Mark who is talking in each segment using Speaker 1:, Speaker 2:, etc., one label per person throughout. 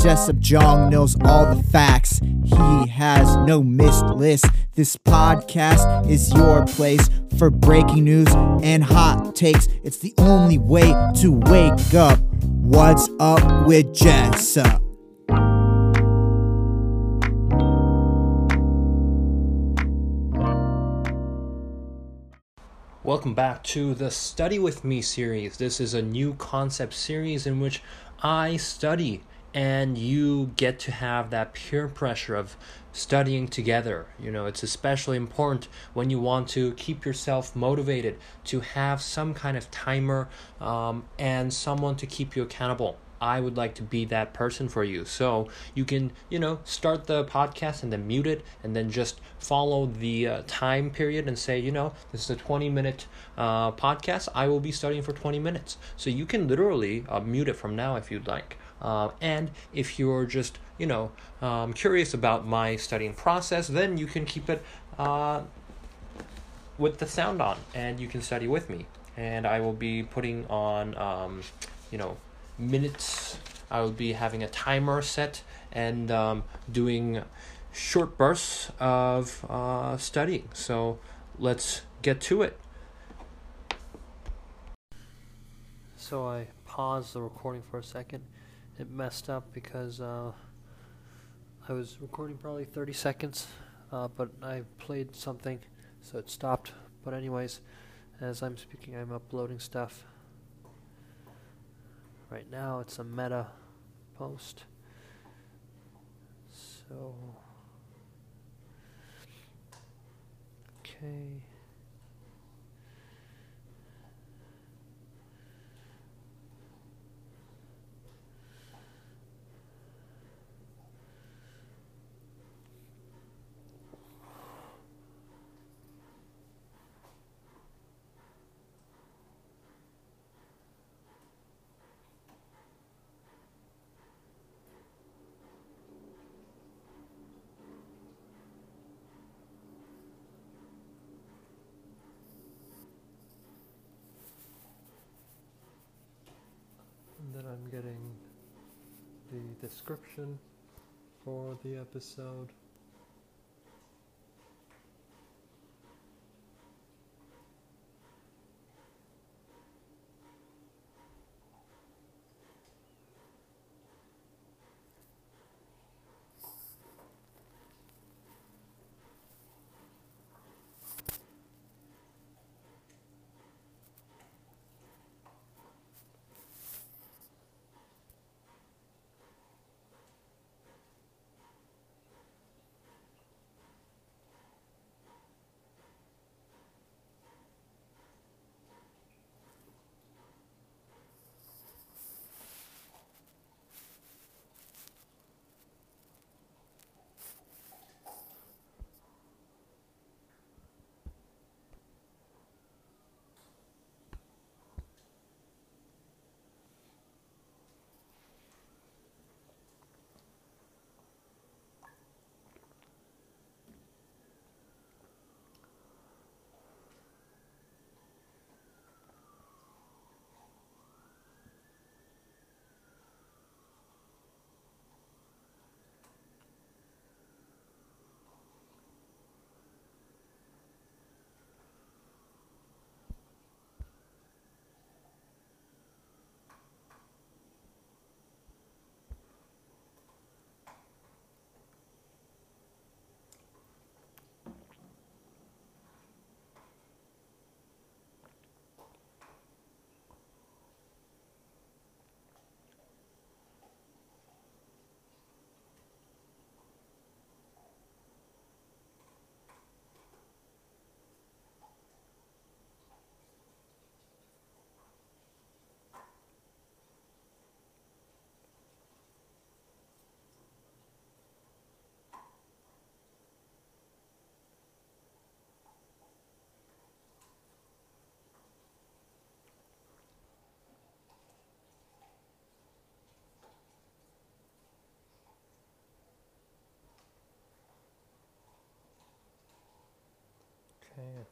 Speaker 1: Jessup Jong knows all the facts. He has no missed list. This podcast is your place for breaking news and hot takes. It's the only way to wake up. What's up with Jessup?
Speaker 2: Welcome back to the Study With Me series. This is a new concept series in which I study and you get to have that peer pressure of studying together. You know, it's especially important when you want to keep yourself motivated to have some kind of timer um, and someone to keep you accountable. I would like to be that person for you. So you can, you know, start the podcast and then mute it and then just follow the uh, time period and say, you know, this is a 20 minute uh, podcast. I will be studying for 20 minutes. So you can literally uh, mute it from now if you'd like. Uh, and if you're just, you know, um, curious about my studying process, then you can keep it uh, with the sound on and you can study with me. And I will be putting on, um, you know, minutes. I will be having a timer set and um, doing short bursts of uh, studying. So let's get to it.
Speaker 3: So I paused the recording for a second. It messed up because uh, I was recording probably 30 seconds, uh, but I played something, so it stopped. But, anyways, as I'm speaking, I'm uploading stuff. Right now, it's a meta post. So. Okay. And then I'm getting the description for the episode.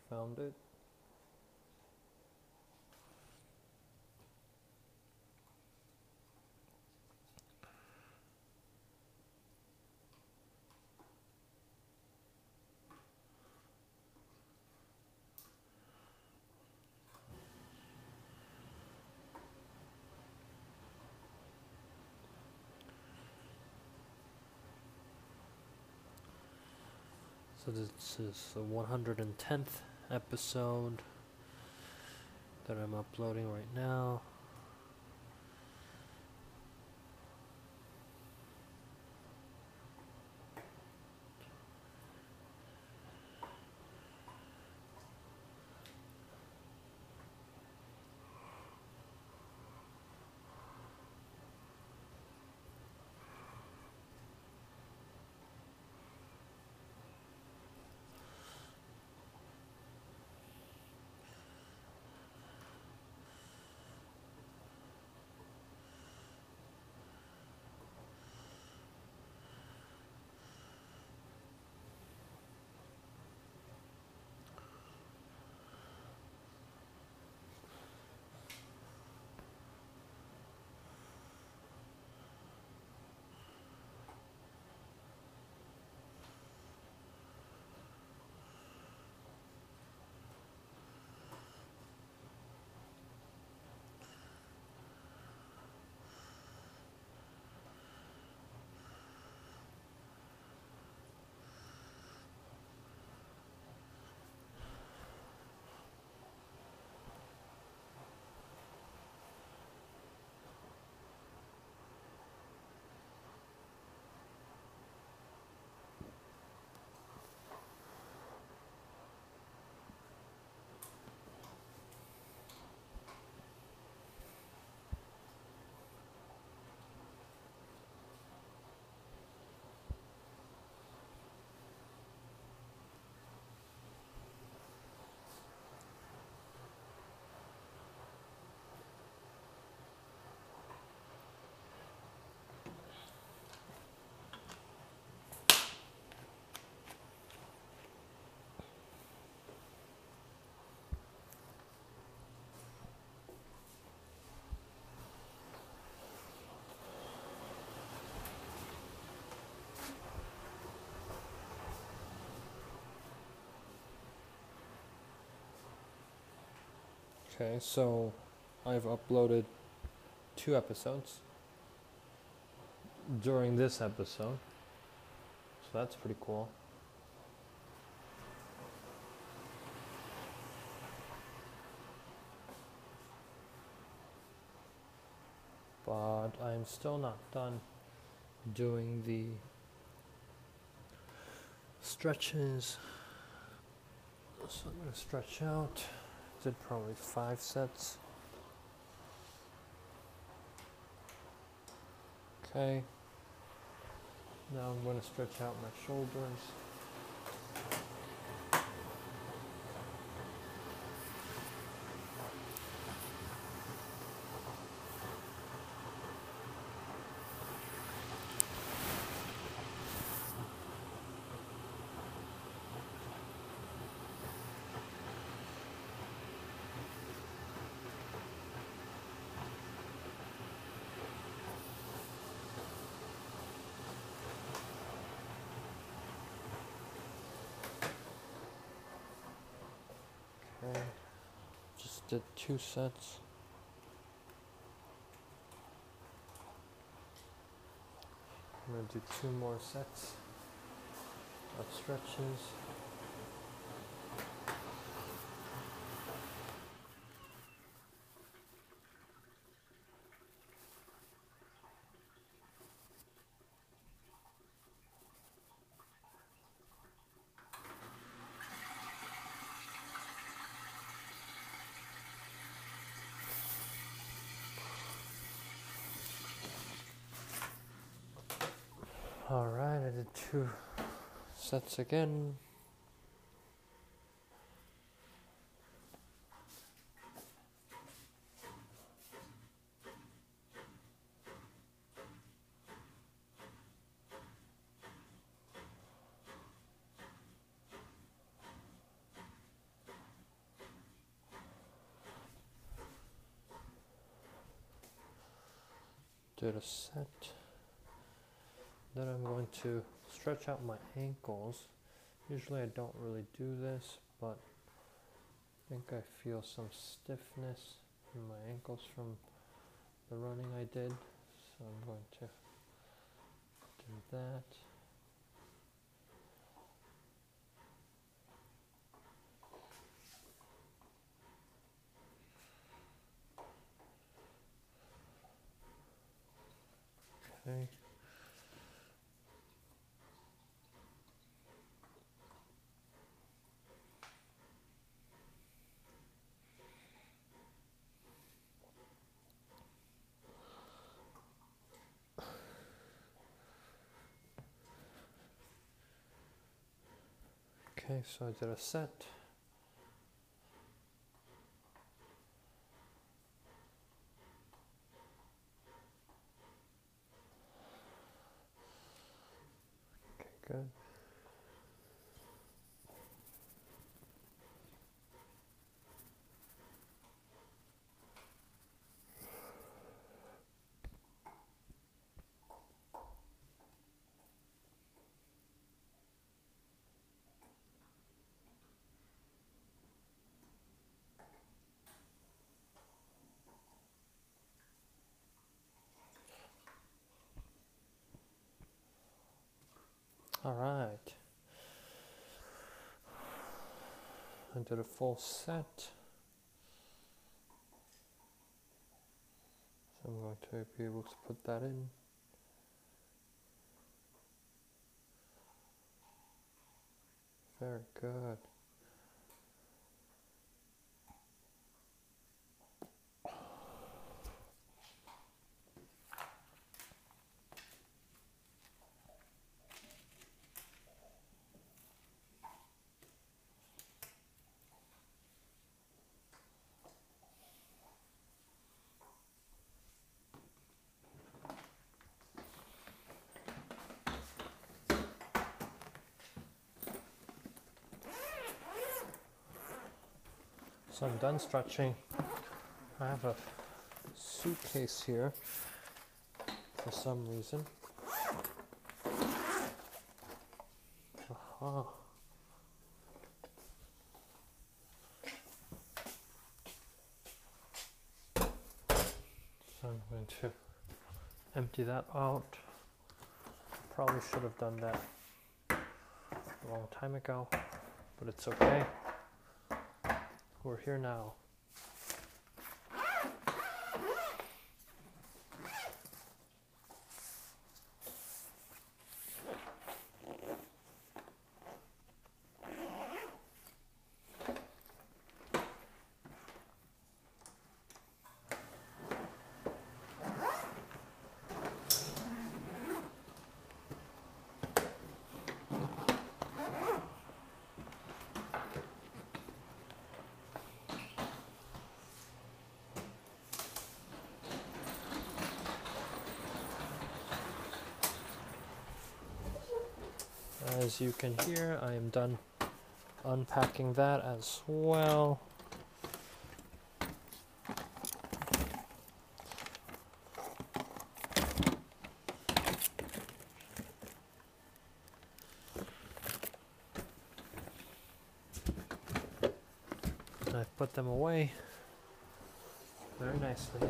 Speaker 4: found it. So this is the 110th episode that I'm uploading right now.
Speaker 3: Okay, so I've uploaded two episodes during this episode. So that's pretty cool. But I'm still not done doing the stretches. So I'm going to stretch out did probably five sets. Okay. Now I'm going to stretch out my shoulders. Okay. Just did two sets. I'm gonna do two more sets of stretches. Alright, I did two sets again. did a set. Then I'm going to stretch out my ankles. Usually I don't really do this, but I think I feel some stiffness in my ankles from the running I did. So I'm going to do that. Okay. Okay, so I did a set. Okay, good. All right. I did a full set. So I'm going to be able to put that in. Very good. So I'm done stretching. I have a suitcase here for some reason. Aha. So I'm going to empty that out. Probably should have done that a long time ago, but it's okay. We're here now. As you can hear, I am done unpacking that as well. And I've put them away very nicely.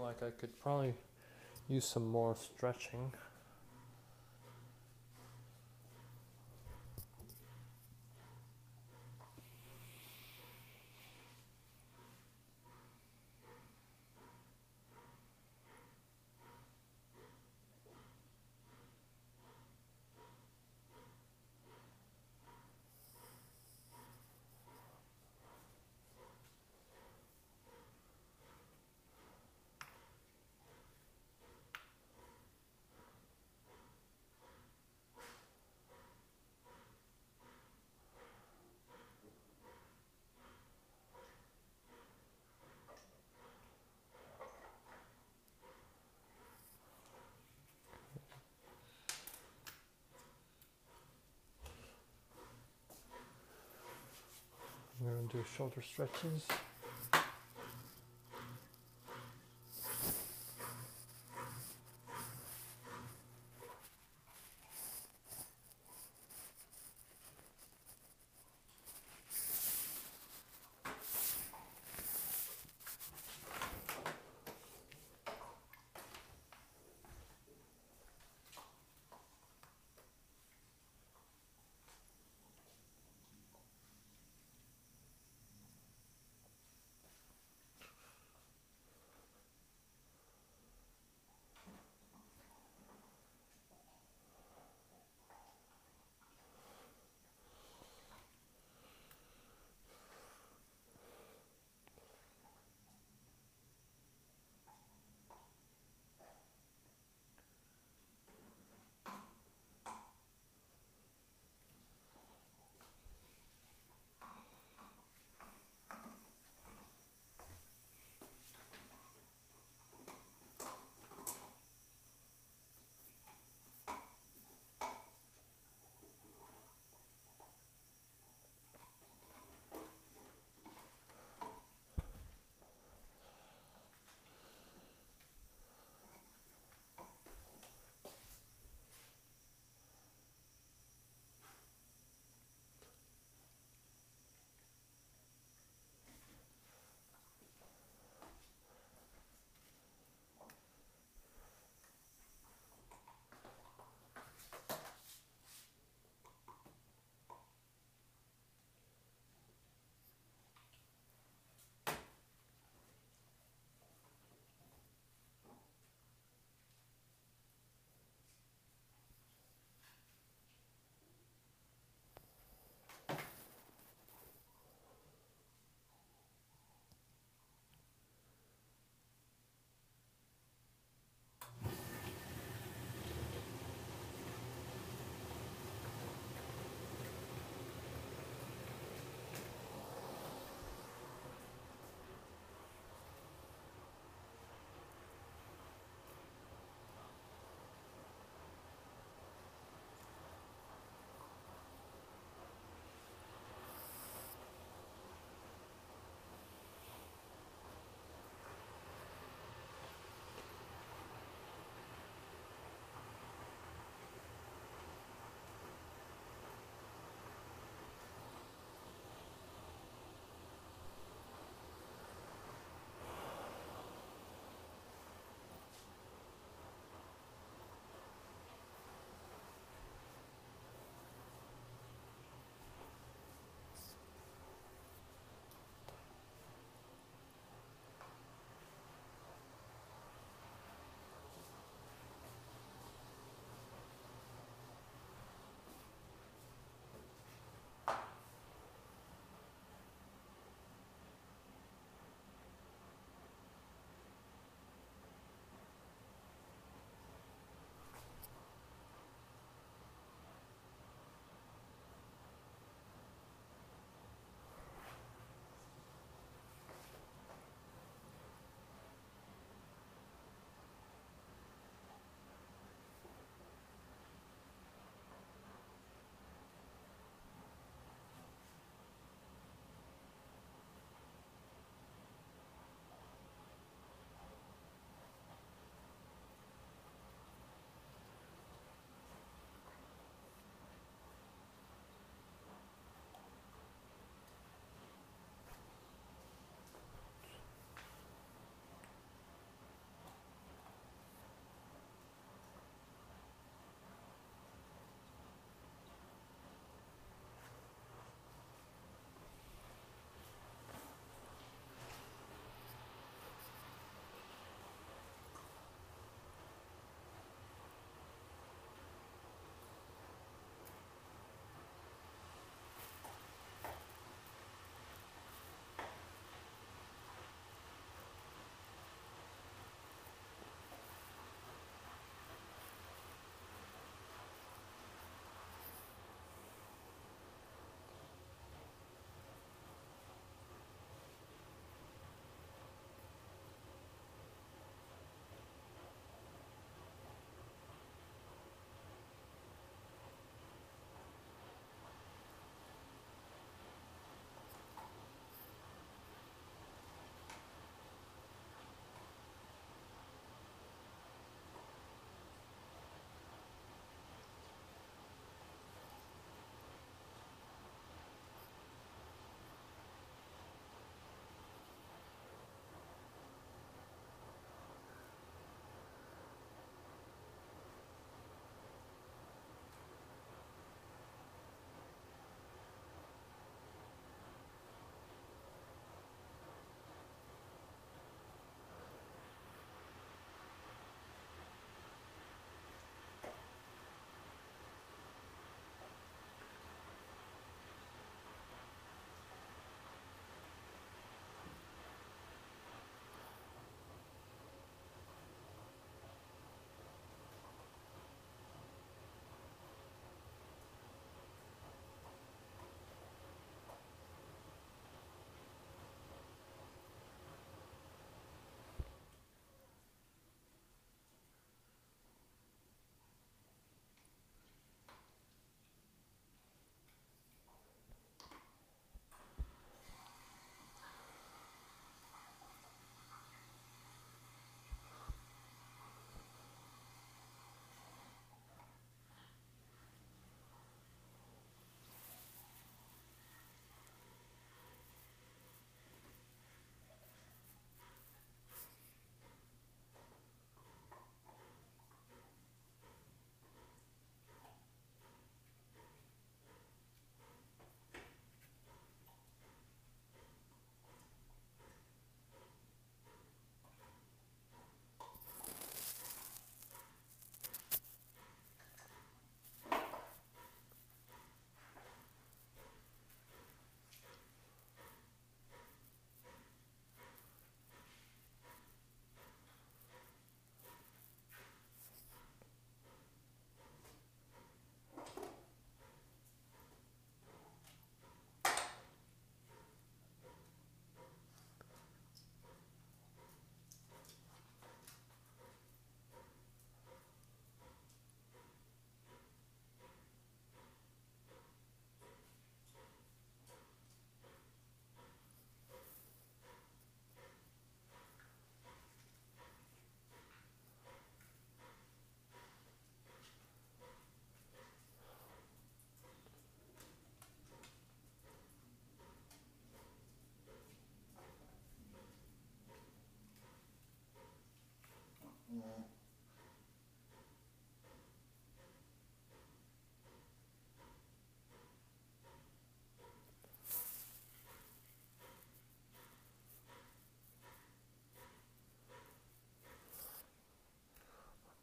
Speaker 3: like I could probably use some more stretching. I'm going to do shoulder stretches.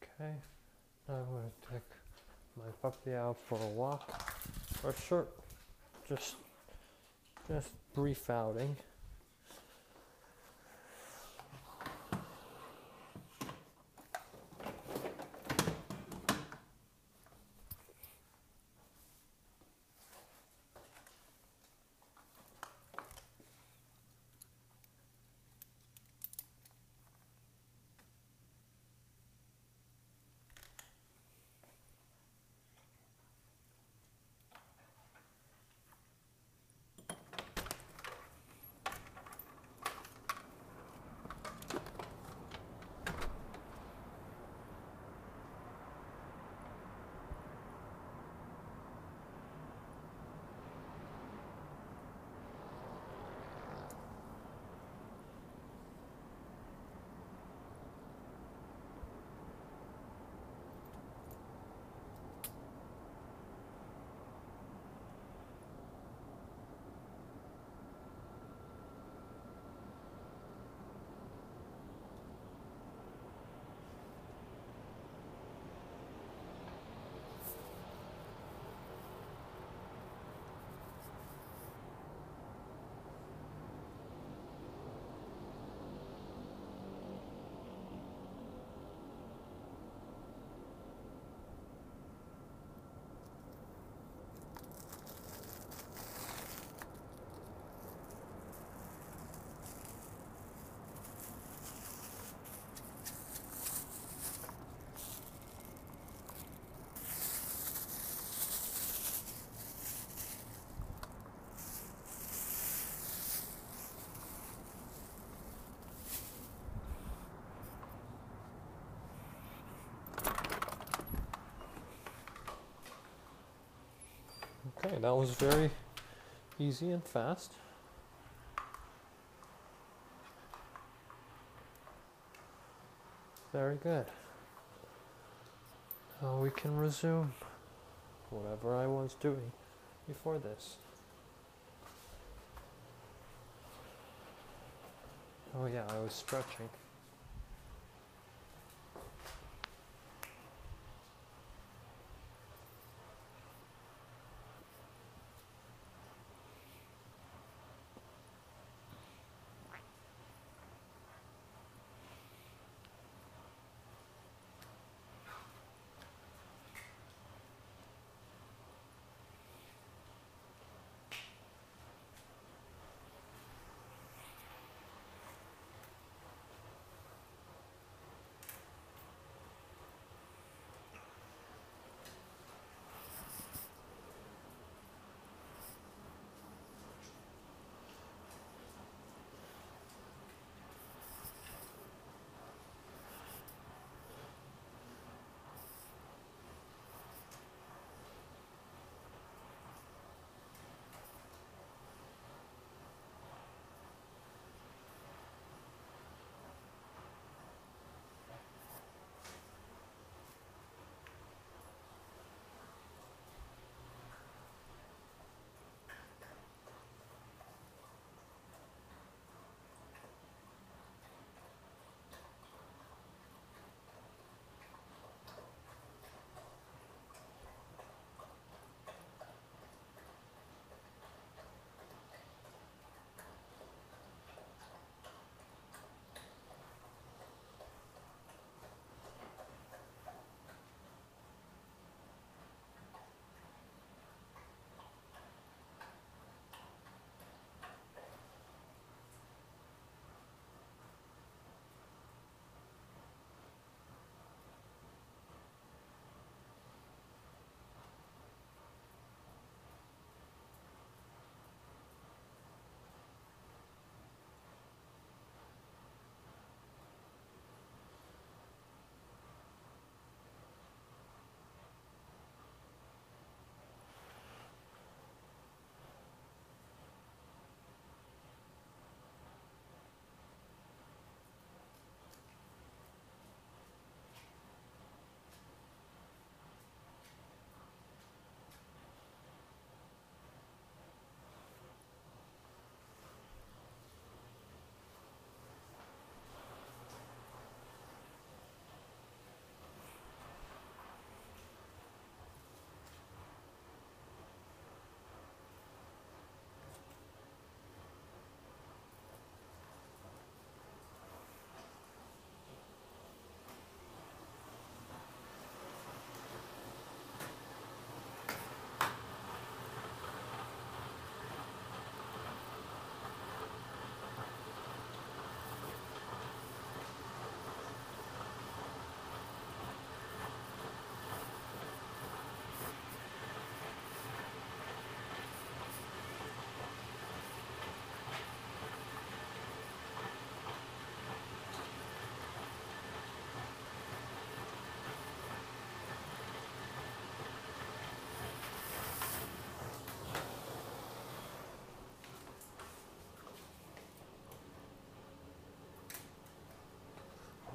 Speaker 3: Okay, now I'm going to take my puppy out for a walk or a short, just just brief outing. Okay, that was very easy and fast. Very good. Now we can resume whatever I was doing before this. Oh, yeah, I was stretching.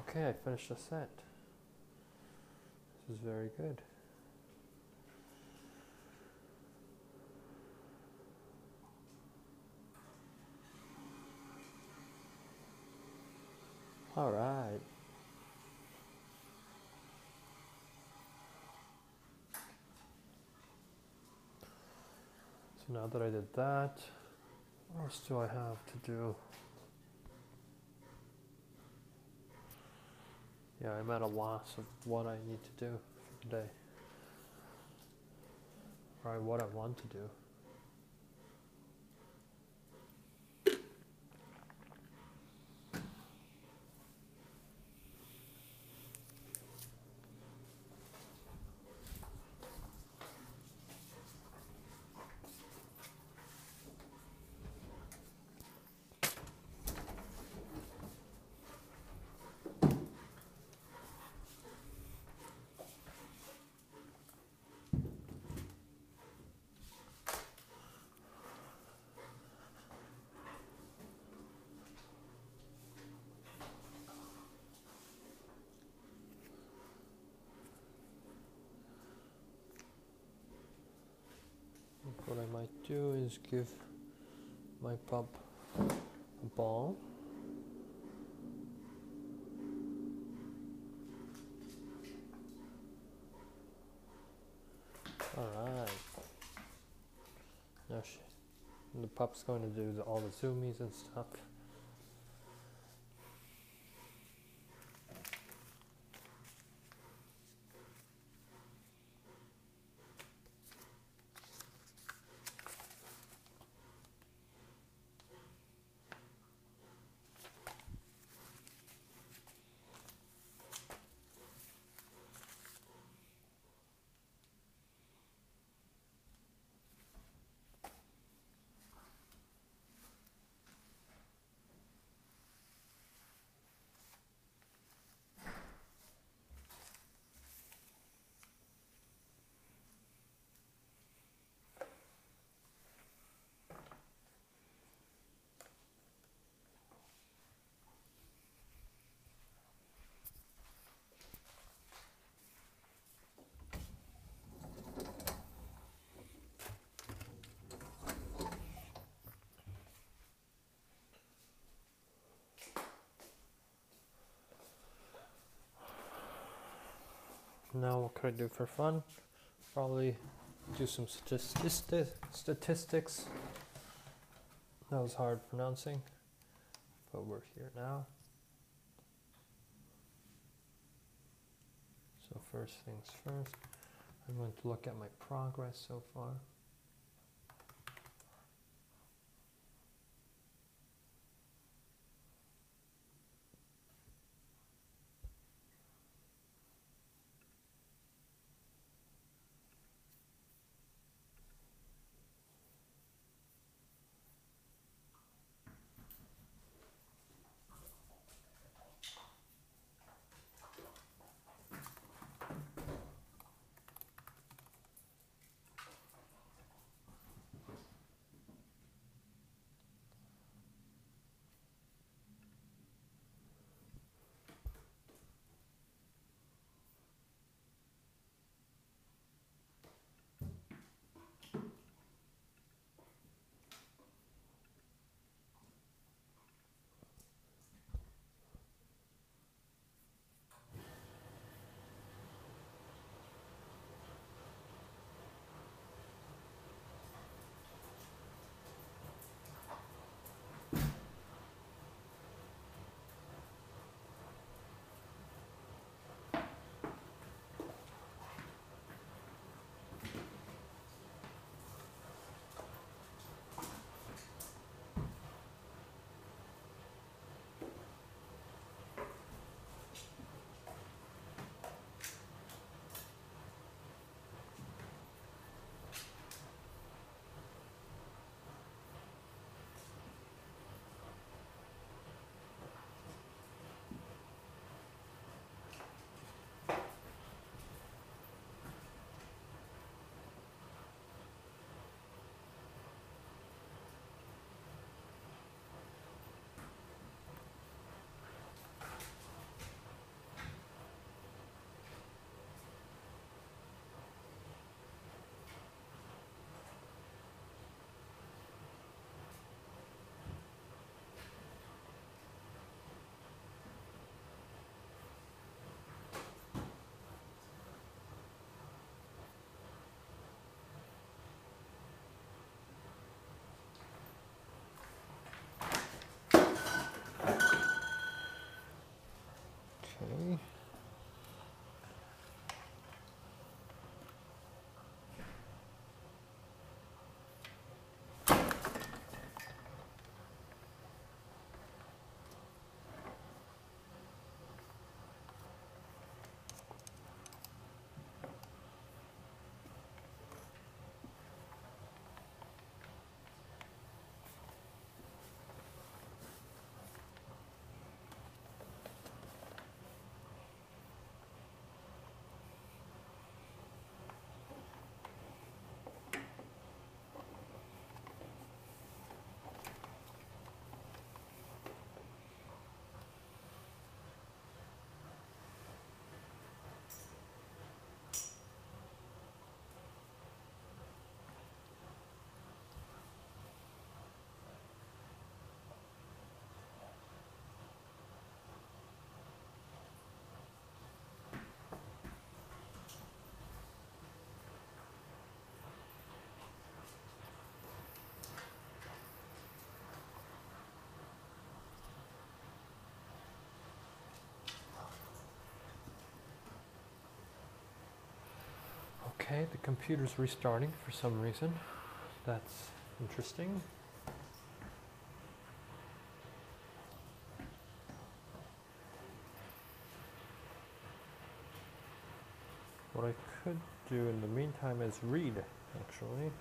Speaker 3: Okay, I finished the set. This is very good. All right. So now that I did that, what else do I have to do? Yeah, I'm at a loss of what I need to do for today. Or what I want to do. What I might do is give my pup a ball. Alright. Now she, the pup's going to do the, all the zoomies and stuff. Now, what could I do for fun? Probably do some statistics. Statistics. That was hard pronouncing, but we're here now. So first things first, I'm going to look at my progress so far. Okay, the computer's restarting for some reason. That's interesting. What I could do in the meantime is read, actually.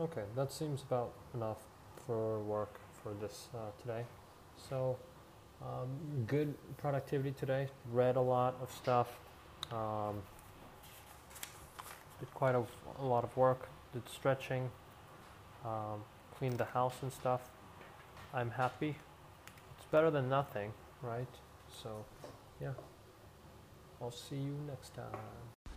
Speaker 5: Okay, that seems about enough for work for this uh, today. So, um, good productivity today. Read a lot of stuff. Um, did quite a, a lot of work. Did stretching. Um, cleaned the house and stuff. I'm happy. It's better than nothing, right? So, yeah. I'll see you next time.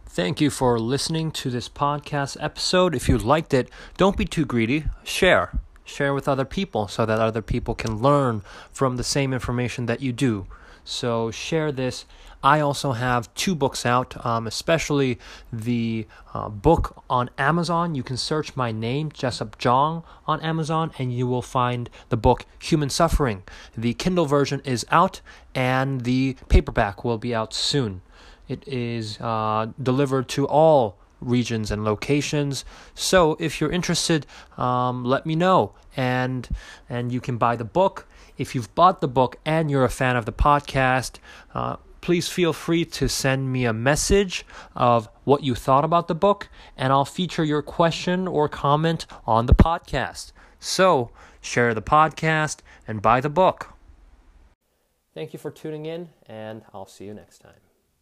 Speaker 3: Thank you for listening to this podcast episode. If you liked it, don't be too greedy. Share. Share with other people so that other people can learn from the same information that you do. So, share this. I also have two books out, um, especially the uh, book on Amazon. You can search my name, Jessup Jong, on Amazon, and you will find the book Human Suffering. The Kindle version is out, and the paperback will be out soon. It is uh, delivered to all regions and locations. So if you're interested, um, let me know, and and you can buy the book. If you've bought the book and you're a fan of the podcast, uh, please feel free to send me a message of what you thought about the book, and I'll feature your question or comment on the podcast. So share the podcast and buy the book. Thank you for tuning in, and I'll see you next time.